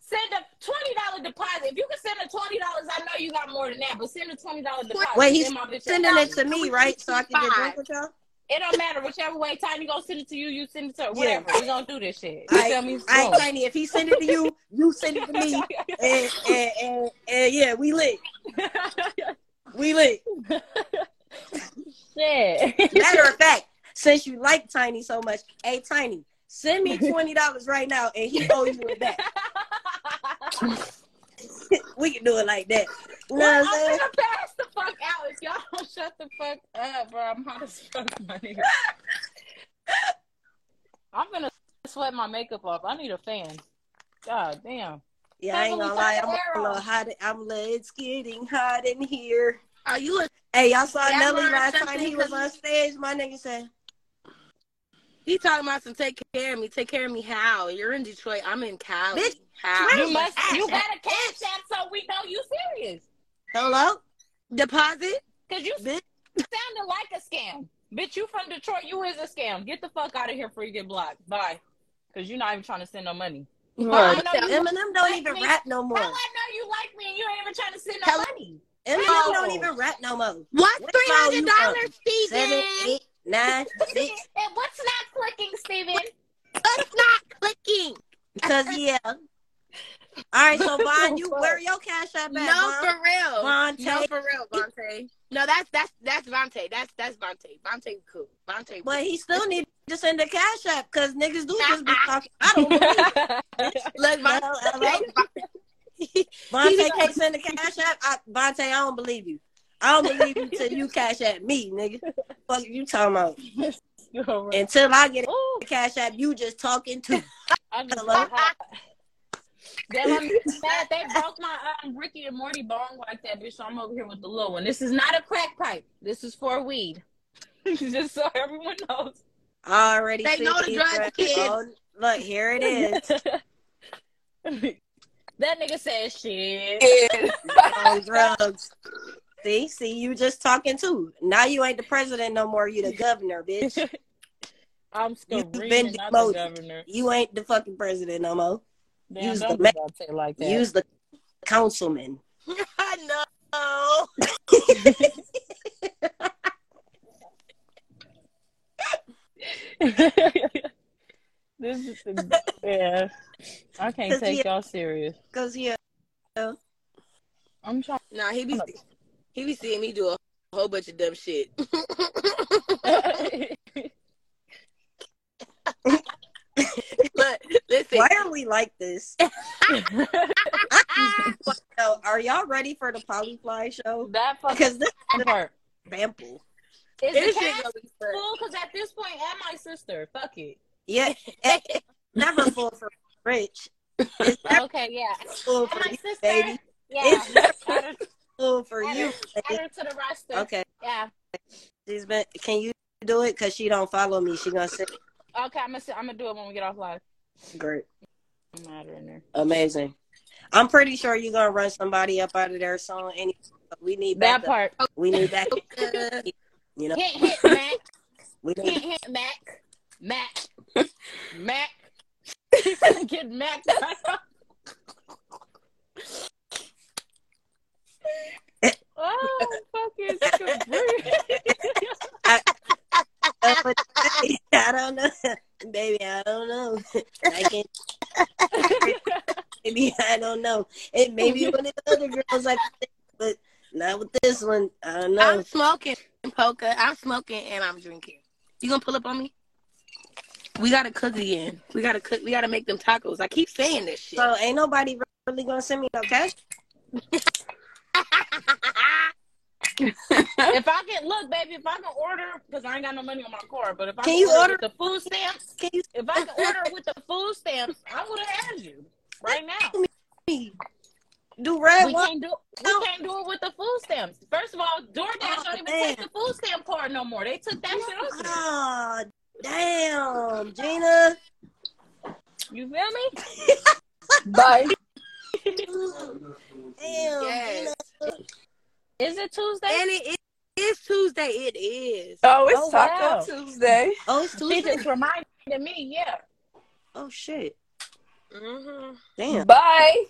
Send a twenty dollar deposit. If you can send a twenty dollars, I know you got more than that, but send a twenty dollar deposit.
Wait, he's
Send my bitch
Sending
a-
it to me, right? So I can get drunk with y'all.
It don't matter whichever way. Time you gonna send it to you, you send it to her. Whatever. We gonna do this shit. You
I-
feel me?
I ain't
Boom.
tiny. If he send it to you, you send it to me. And, and, and, and yeah, we lit. We lit.
shit.
Matter of fact, since you like Tiny so much, hey Tiny, send me twenty dollars right now, and he owe you it back. We can do it like that. You know
Well,
what I'm
I'm
saying?
gonna pass the fuck out if y'all don't shut the fuck up, bro. I'm hot as fuck, my nigga. I'm gonna sweat my makeup off. I need a fan. God damn.
Yeah, I ain't gonna lie. I'm a little
Arrow.
hot. I'm lit. It's getting hot in here.
Oh, you look.
Hey, y'all saw
Yeah, I
Nelly
learned
last time
something
he was
'cause-
on stage. My nigga said,
He talking about some take care of me. Take care of me. How? You're in Detroit. I'm in Cali.
Bitch,
How?
You must. You got a cash app so we know you serious.
"Hello,
deposit.
Cause you
bitch."
sounded like a scam. Bitch, you from Detroit. You is a scam. Get the fuck out of here before you get blocked. Bye. Cause you're not even trying to send no money.
Right.
I know you
Eminem don't even
me.
rap no more.
How I know you like me and you ain't even trying to send no
Hello?
money?
Eminem don't even rap no more.
What's
What
three
phone you
hundred
on?
dollars,
Seven,
Steven?
eight, nine, six.
and what's not clicking, Steven?
It's not clicking.
Cause yeah. All right, so Vaughn, you where your cash app at?
No,
Vaughn?
for real.
Vontae.
No, for real, Vontae. No, that's that's that's Vontae. That's that's Vontae. Vontae cool. Vontae.
But he still need to send a cash app because niggas do just be talking. I don't believe it.
Look, Vontae.
Hello, hello. Vontae can't send a cash app. I, Vontae, I don't believe you. I don't believe you till you cash at me, nigga. Fuck you talking about. Until I get
Ooh,
a cash app, you just talking to.
I'm just
Hello?
so hot. Damn, I'm mad. They broke my um, Ricky and Morty bong like that, bitch. So I'm over here with the low one. This is not a crack pipe. This is for weed. just so everyone knows.
I already
They
see
know the
you,
drugs,
bruh.
kids.
Oh, look, here it is.
that nigga said shit.
Yeah.
on drugs. See, see, you just talking too. Now you ain't the president no more. You the governor, bitch.
I'm
You've
screaming
been
not the
demoted.
governor.
You ain't the fucking president no more.
Damn,
Use
don't
the
do Vontae like that.
Use the councilman.
I know.
this is the, yeah. I can't
'Cause
take
yeah.
y'all serious.
Cause yeah,
I'm trying.
Nah, he be he be seeing me do a whole bunch of dumb shit. Look, listen.
why are we like this? So, are y'all ready for the polyfly show?
that fucking
Because this is an
part.
example.
Is
This
it
shit
cash
gonna be fun.
full? Because at this point, I'm my sister. Fuck it.
Yeah, it- never full for rich. It's never
Okay, yeah.
full
Am
for
my
you,
sister?
baby.
Yeah.
It's
Add her,
full for
add
you.
her- add her to the roster.
Okay,
Yeah.
she's been. Can you do it? Cause she don't follow me. She gonna say
Okay, I'm gonna I'm gonna do it when we get off live.
great,
I'm out of there.
amazing. I'm pretty sure you're gonna run somebody up out of there soon. Anyway, but we need
That
backup.
part.
We need back.
Uh,
You know,
Hint, hint, Oh, Mac.
we need
Hint, hint, Mac. Mac. Mac. Get Mac. oh, fucking
I don't know, baby. I don't know. I can't. Maybe I don't know. It may be one of the other girls I think, but not with this one. I don't know.
I'm smoking polka. I'm smoking and I'm drinking. You gonna pull up on me? We gotta cook again. We gotta cook. We gotta make them tacos. I keep saying this shit.
so ain't nobody really gonna send me no cash.
if I can look, baby, if I can order because I ain't got no money on my card, but if I
Can
can,
you
order,
order-
with the food stamps,
Can you
if I can order with the food stamps, I would have had you right now.
me? Do red
We
wine?
can't do we can't do it with the food stamps. First of all, DoorDash don't even
Oh, man.
take the food stamp card no more. They took that shit off. them.
Oh, damn, Gina.
You feel me?
Bye.
Damn, Gina.
Yes.
Is it Tuesday?
And it is, it's Tuesday. It is.
Oh, it's
Oh,
Taco
wow.
Tuesday.
Oh, it's
she
Tuesday.
just reminded me, yeah.
Oh shit.
Mm-hmm.
Damn.
Bye.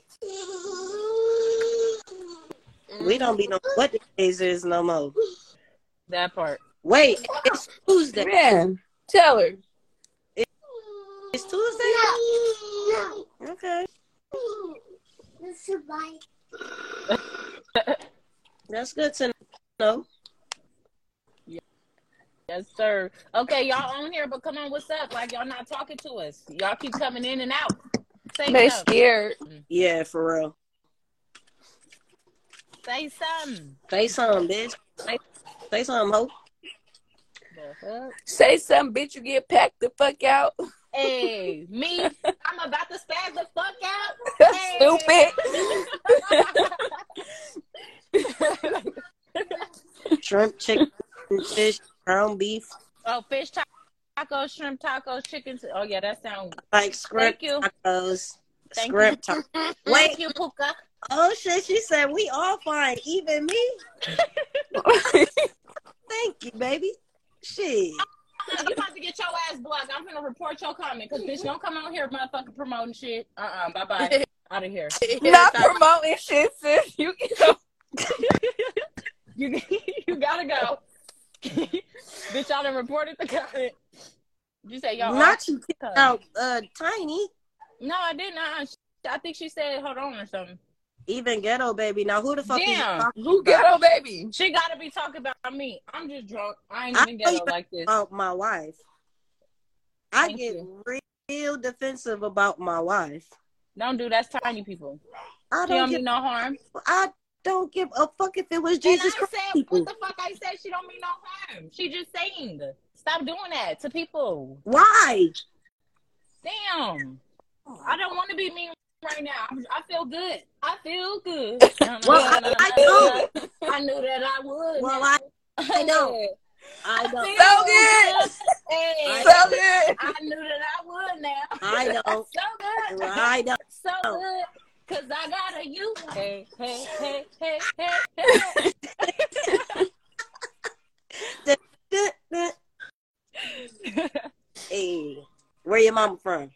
We don't
Mm-hmm.
be know what the days is no more.
That part.
Wait, it's Tuesday.
Man, tell her.
It's Tuesday. Okay. That's good to know.
Yes, sir. Okay, y'all on here, but come on, what's up? Like y'all not talking to us. Y'all keep coming in and out. Say
They
something.
scared.
Yeah, for real.
Say something.
Say something, bitch. Say, say something, ho.
The fuck?
Say something, bitch. You get packed the fuck out.
Hey, me. I'm about to spaz the fuck out.
Stupid.
Shrimp, chicken, fish, ground beef,
oh, fish ta- tacos, shrimp tacos, chicken. T- oh yeah, that sound.
like script
Thank you.
tacos.
Thank
script tacos. Wait.
Thank you, Puka.
Oh shit, she said we all fine, even me. Thank you, baby. Shit.
You about to get your ass blocked. I'm gonna report your comment because bitch, don't come on here, motherfucking promoting shit. Uh uh Bye bye. Out of here.
Not promoting shit, sis. You get
You you gotta go. bitch, y'all done reported the comment. You say y'all
Not you kicked
all
out uh tiny.
No, I didn't. Uh, I think she said hold on or something.
Even ghetto baby. Now who the fuck is
Damn.
talking
who ghetto baby.
She gotta be talking about me. I'm just drunk. I ain't
I um,
even
know
ghetto
you-
like this.
about my wife? I
Thank
get real defensive about my wife.
Don't do that's tiny people.
I
She don't
don't
mean
give
no harm.
I don't give a fuck if it was Jesus
and I
Christ.
said,
people.
what the fuck? I said she don't mean no harm. She just saying. Stop doing that to people.
Why?
Damn. I don't want to be mean right now. I'm- I feel good. I feel good.
Well, I- I know.
I knew that I would.
Well, I- I know. I
I
don't.
feel
So good.
Hey,
So good.
I knew that I would now.
I know. Oh.
so good.
I don't.
So good. Cause I got a you. Hey, hey, hey, hey, hey, hey.
Duh, duh. Hey, where your mama from?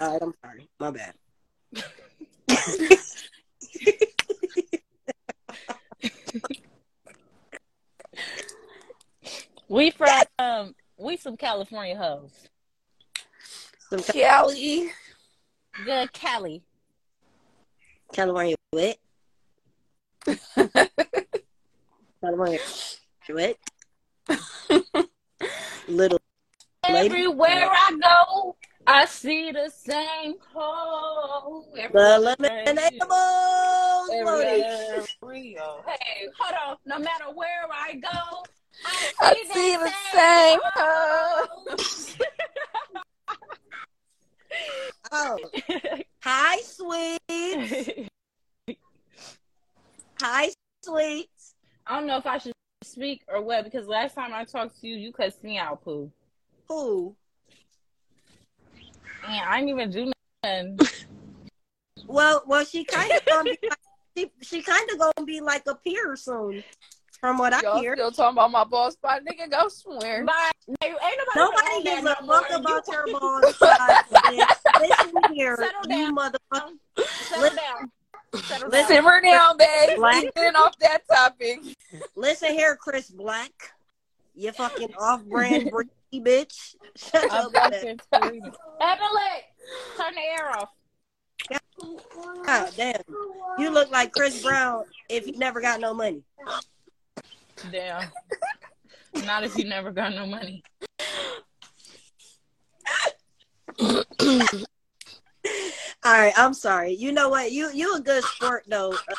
All right, I'm sorry. My bad.
We from um, we some California hoes.
Some Ca-
Kelly.
Good Cali.
California wet. California wet. Little Lady.
Everywhere I go, I see the same hoe.
the lemonade loaded.
Everywhere Rio. Hey, hold on. No matter where I go,
I
I see,
see
the,
the
same,
same hoe.
Oh, hi, sweet. Hi, sweet.
I don't know if I should speak or what because last time I talked to you, you cussed me out, poo.
Who?
And I didn't even do nothing.
Well, well, she kind of gonna be like, she, she kind of gonna be like a peer soon, from what I
Y'all
hear.
still talking about my ball spot, nigga? Go somewhere.
Bye. No, ain't nobody,
Nobody
doing that
gives a
no more.
fuck
You-
about your ball spot. bitch. Listen here,
Settle
you
down.
motherfucker.
Settle down. Settle
Listen-
down.
Simmer down, babe.
Black-
We've been off that topic.
Listen here, Chris Black. You fucking off-brand breezy bitch. Shut
I'm
up. bitch.
fucking screaming. Evelyn, turn the air off.
God damn. You look like Chris Brown if you never got no money.
Damn. Not if you never got no money.
All right, I'm sorry. You know what? You you a good sport though. Uh,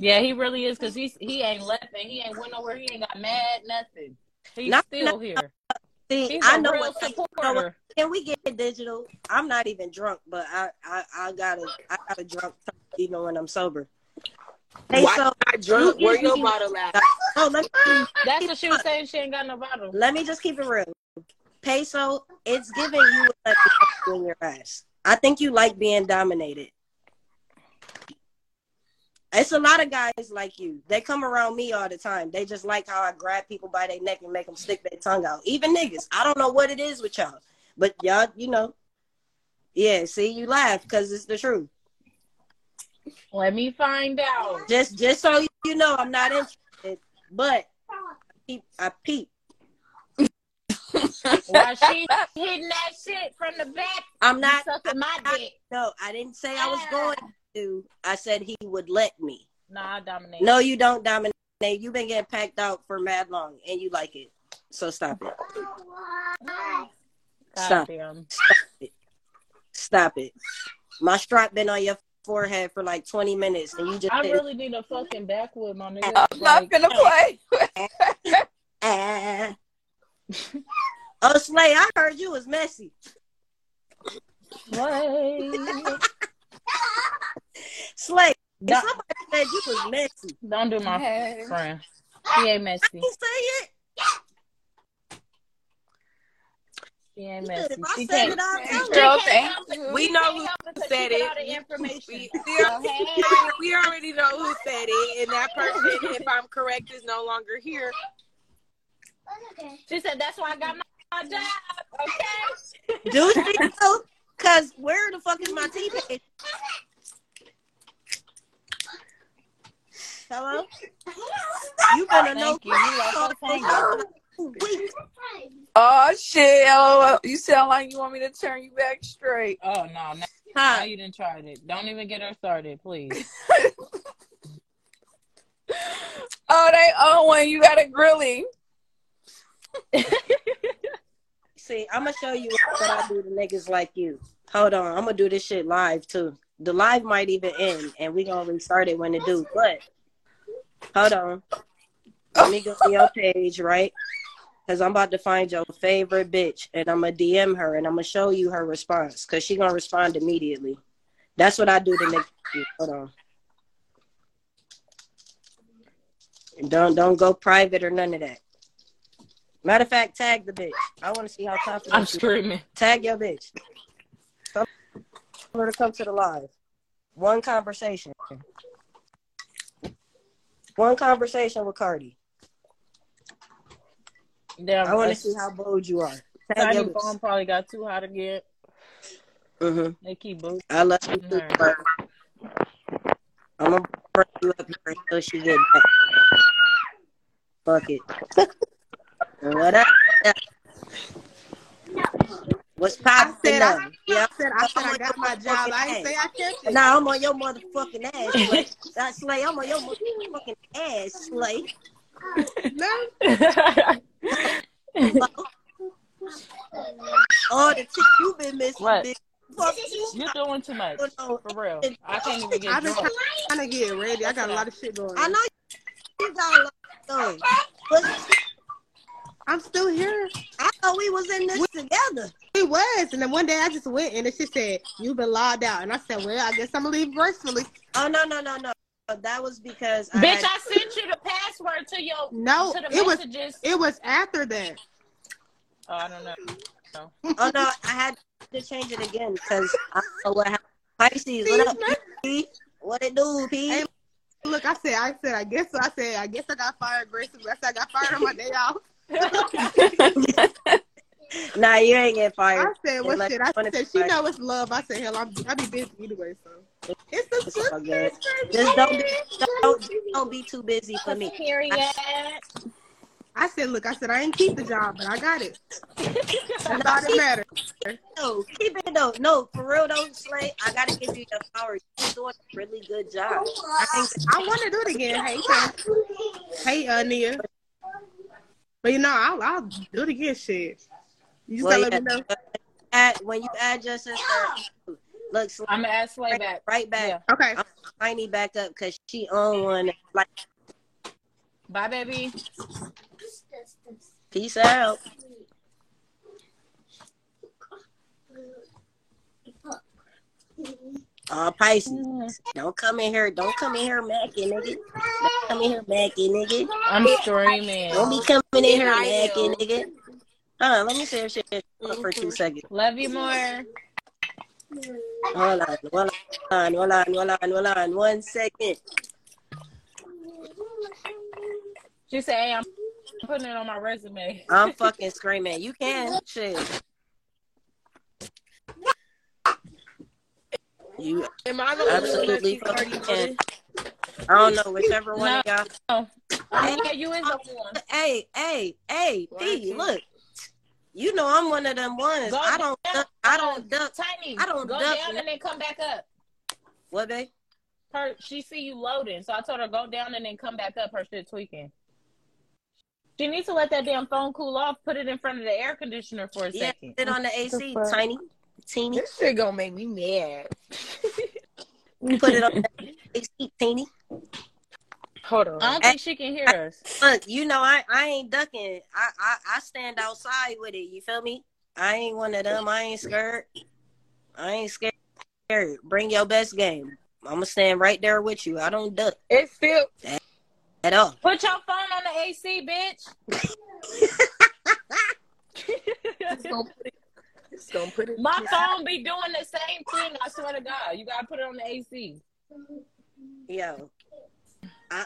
Yeah, he really is because he he ain't laughing. He ain't went nowhere. He ain't got mad nothing. He's
Not-
still here.
See,
He's a
I know
real
what. know what-
supporter.
Can we get digital? I'm not even drunk, but I I, I gotta I gotta drunk even when I'm sober. Hey,
Why
so
I drunk.
You-
Where
you-
your bottle at?
oh, let me,
That's what she was saying. She ain't got no bottle.
let me just keep it real. Peso, it's giving you a let me fuck you in your ass. I think you like being dominated. It's a lot of guys like you. They come around me all the time. They just like how I grab people by their neck and make them stick their tongue out. Even niggas. I don't know what it is with y'all, but y'all, you know. Yeah, see, you laugh because it's the truth.
Let me find out.
Just, just so you know, I'm not interested, but I peep. I peep.
Why she hitting that shit from the back?
I'm not.
You sucking my
I-
dick.
No, I didn't say I was
Ah.
going to. I said he would let me.
Nah, I dominate.
No, you don't dominate. You've been getting packed out for mad long, and you like it. So stop it. Stop.
Goddamn.
Stop it. My strap been on your forehead for like 20 minutes, and you just
I
said,
really need a fucking backwood, my nigga.
I'm not
Like,
gonna play.
ah. oh, Slay, I heard you was messy.
what?
Slay, if
Don't-
somebody said you was messy.
Don't do my
Hey.
friend. She ain't
You
messy.
say it.
She ain't
Good.
messy.
If I
She
said
can't.
it all
Thank
the
you.
time,
Girl,
she
thank
can't help
you.
We
She
know
can't
who
help
said
but she put
it.
All the information.
We, we are-
Okay.
we already know who said it, and that person, if I'm correct, is no longer here.
She said that's why I got my, my job. Okay.
do she know? Cause where the fuck is my teammate? Hello? You better know.
Thank you. You lost your phone.
Oh shit! LOL. You sound like you want me to turn you back straight.
Oh no, now, now
Huh.
you didn't try it. Don't even get her started, please.
Oh, they own one. You got a grilling.
See, I'm gonna show you what I do to niggas like you. Hold on, I'm gonna do this shit live too. The live might even end, and we gonna restart it when it do. But hold on, let me go to your page, right? Cause I'm about to find your favorite bitch, and I'm gonna DM her, and I'm gonna show you her response, cause she gonna respond immediately. That's what I do to niggas. like you. Hold on. Don't don't go private or none of that. Matter of fact, tag the bitch. I want to see how confident
I'm
you
screaming.
Tag your bitch. Tell her to come to the live. One conversation. One conversation with Cardi.
Damn,
I want to
that's-
see how bold you are. Tag your
Tiny
bitch.
phone probably got too hot again.
hmm
They keep boo.
I love you too, Cardi. I'm gonna bring you up here until she get back. Fuck it. what up? What's
I
poppin'
said
up?
I,
yeah,
I said I said I got my job. I ain't say I kept it.
Nah, I'm on your motherfucking ass, Slay. Uh, Slay, I'm on your motherfucking ass, Slay.
No.
All the shit you been missing,
What?
bitch. Fuck you.
You're doing too much.
Hold on.
For real. I can't even get
I've been
drunk.
trying to get ready. I got a lot of shit going.
I
on.
know you got a lot going. But
I'm still here.
I thought we was in this together.
It was, and then one day I just went, and she said, "You've been logged out," and I said, "Well, I guess I'm gonna leave gracefully."
Oh no, no, no, no. That was because I
Bitch,
had-
I sent you the password to your
No,
to the
it was
messages.
it was after that.
oh, I don't know.
oh no, I had to change it again because I don't know what happened. Pisces, what up? P? What it do, P?
Hey, Look, I said, I said, I guess so. I said, I guess I got fired aggressive. I said, I got fired on my day off.
Nah, you ain't get
I
fired.
said,
Like,
what shit? I
funny
said, she
fact.
know it's love. I said, hell, I'm, I be busy anyway, so. It's
It's
the
all good.
good thing.
Just don't be, don't, don't be too busy for me.
Period.
I said, look, I said, I ain't keep the job, but I got it. That's all that matters.
No, keep it though. No, for real though, Slay. I gotta give you your flowers. You're doing a really good job. I think
I want to do it again. Hey, Tay. hey, uh, Nia. But you know, I'll, I'll do it again. Shit, you just
well,
gotta let me
yeah,
know.
but add- when you add your sister, look, Slay,
I'm gonna ask Slay back.
right back,
Yeah.
Okay,
Tiny back up because she own one. Like,
Bye, baby.
peace out. Uh, Pisces, don't come in here. Don't come in here, Mackie, nigga. Don't come in here, Mackie, nigga.
I'm streaming.
Don't be coming in here
Yeah, I
nagging,
know.
nigga. Hold on, let me share shit for
Mm-hmm.
two seconds.
Love you more.
Hold on, hold on, hold on, hold on, hold on. One second.
She said, hey, I'm putting it on my resume.
I'm fucking screaming. You can shit. You,
Am I the only one
Absolutely
that's already
fucking can.
voted?
I don't know whichever one of y'all.
Oh, yeah, you is the one.
Hey, hey, hey, P,
Watch it.
look. You know I'm one of them ones.
Go
I don't, duck, I don't duck.
Tiny,
I don't
go
duck
down and then come back up.
What, babe?
Her, she see you loading, so I told her go down and then come back up. Her shit tweaking. She needs to let that damn phone cool off. Put it in front of the air conditioner for a
Yeah,
second.
sit on the AC,
fuck?
tiny, teeny.
This shit gonna make me mad.
Put it on the AC, teeny.
Hold on.
I don't think she can hear us.
Look, you know I, I ain't ducking. I, I I stand outside with it. You feel me? I ain't one of them. I ain't scared. I ain't scared. Bring your best game. I'ma stand right there with you. I don't duck
It's still
at all.
Put your phone on the AC, bitch.
it's gonna put it.
my phone be doing the same thing. I swear to God, you gotta put it on the AC.
Yo, I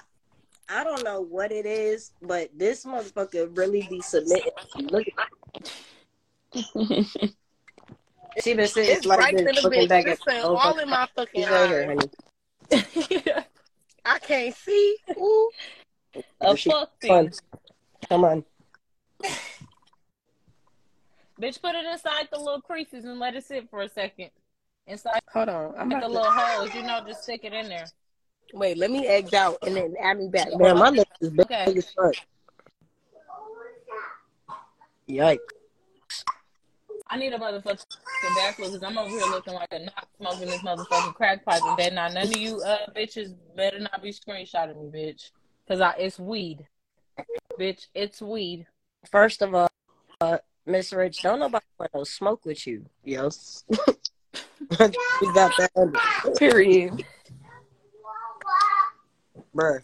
I don't know what it is, but this motherfucker really be submitting. Look at she been sitting
it's
like
right
this,
to the
looking
bitch.
back at
Listen, all in my fucking
She's right here,
eyes.
honey.
I can't see. Ooh.
A
She-
fuck
Come on.
thing.
Come on.
Bitch, put it inside the little creases and let it sit for a second. Inside
Hold on. I'm
the
about
little holes, you know, just stick it in there.
to wait. Let me egg out and then add me back.
Damn, my lips is big
Okay.
as fuck. Yikes.
I need a motherfucking backflip because I'm over here looking like a knock smoking this motherfucking crack pipe. And then now none of you uh bitches better not be screenshotting me, bitch. Cause I it's weed. Bitch, it's weed.
First of all, uh, Miss Rich, don't nobody want no smoke with you. Yo. we got that under.
Period.
Bruh.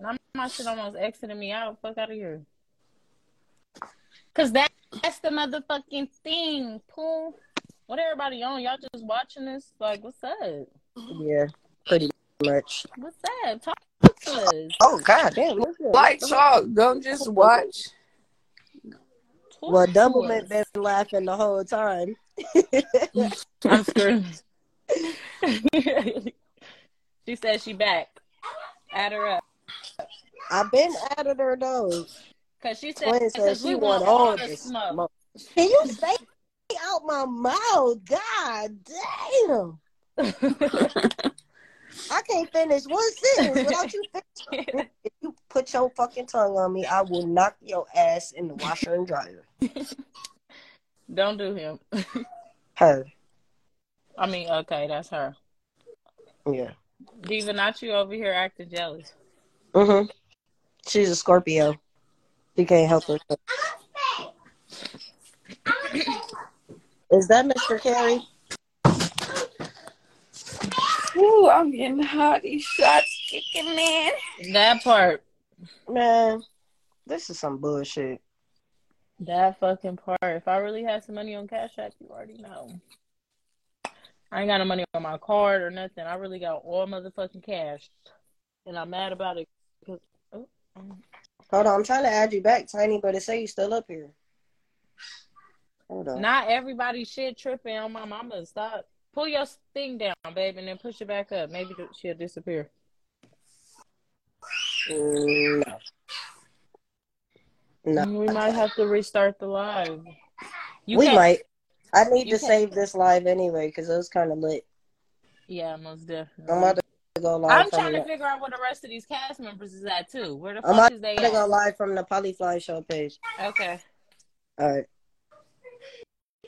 Now my shit almost exiting me out. Fuck out of here. Cause that that's the motherfucking thing, Pooh. What everybody on? Y'all just watching this? Like, what's up?
Yeah, pretty much.
What's up? Talk to us.
Oh, God damn. look at-
Like y'all don't just watch.
Talk
Well,
to
Doublemint
us.
been laughing the whole time.
I'm screaming. she said she back. Add her up.
I've been at it or though.
Cause she said,
Twin said
cause
she
we
want all this smoke. Can you say it out my mouth? God damn. I can't finish one sentence without you. Fin- if you put your fucking tongue on me, I will knock your ass in the washer and dryer.
Don't do him.
Her,
I mean, okay, that's her.
yeah.
Diva, not you over here acting jealous.
Mm-hmm. She's a Scorpio. She can't help herself. Is that Mr. Carey?
Ooh, I'm getting hot. These shots kicking in.
That part.
Man, this is some bullshit.
That fucking part. If I really had some money on Cash App, you already know. I ain't got no money on my card or nothing. I really got all motherfucking cash, and I'm mad about it.
Hold on, I'm trying to add you back, Tiny, but it say you still up here. Hold on.
Not everybody shit tripping on my mama. Stop. Pull your thing down, babe, and then push it back up. Maybe th- she'll disappear.
Mm, No. No.
We might have to restart the live. You
we
can't-
might. I need
you
to save this live anyway because it was kind of lit.
Yeah, most definitely.
I'm about to go live.
I'm
from
trying to
the-
figure out where the rest of these cast members is at too. Where the
I'm
fuck is they
I'm gonna go
at?
live from the Polyfly Show page.
Okay.
All right.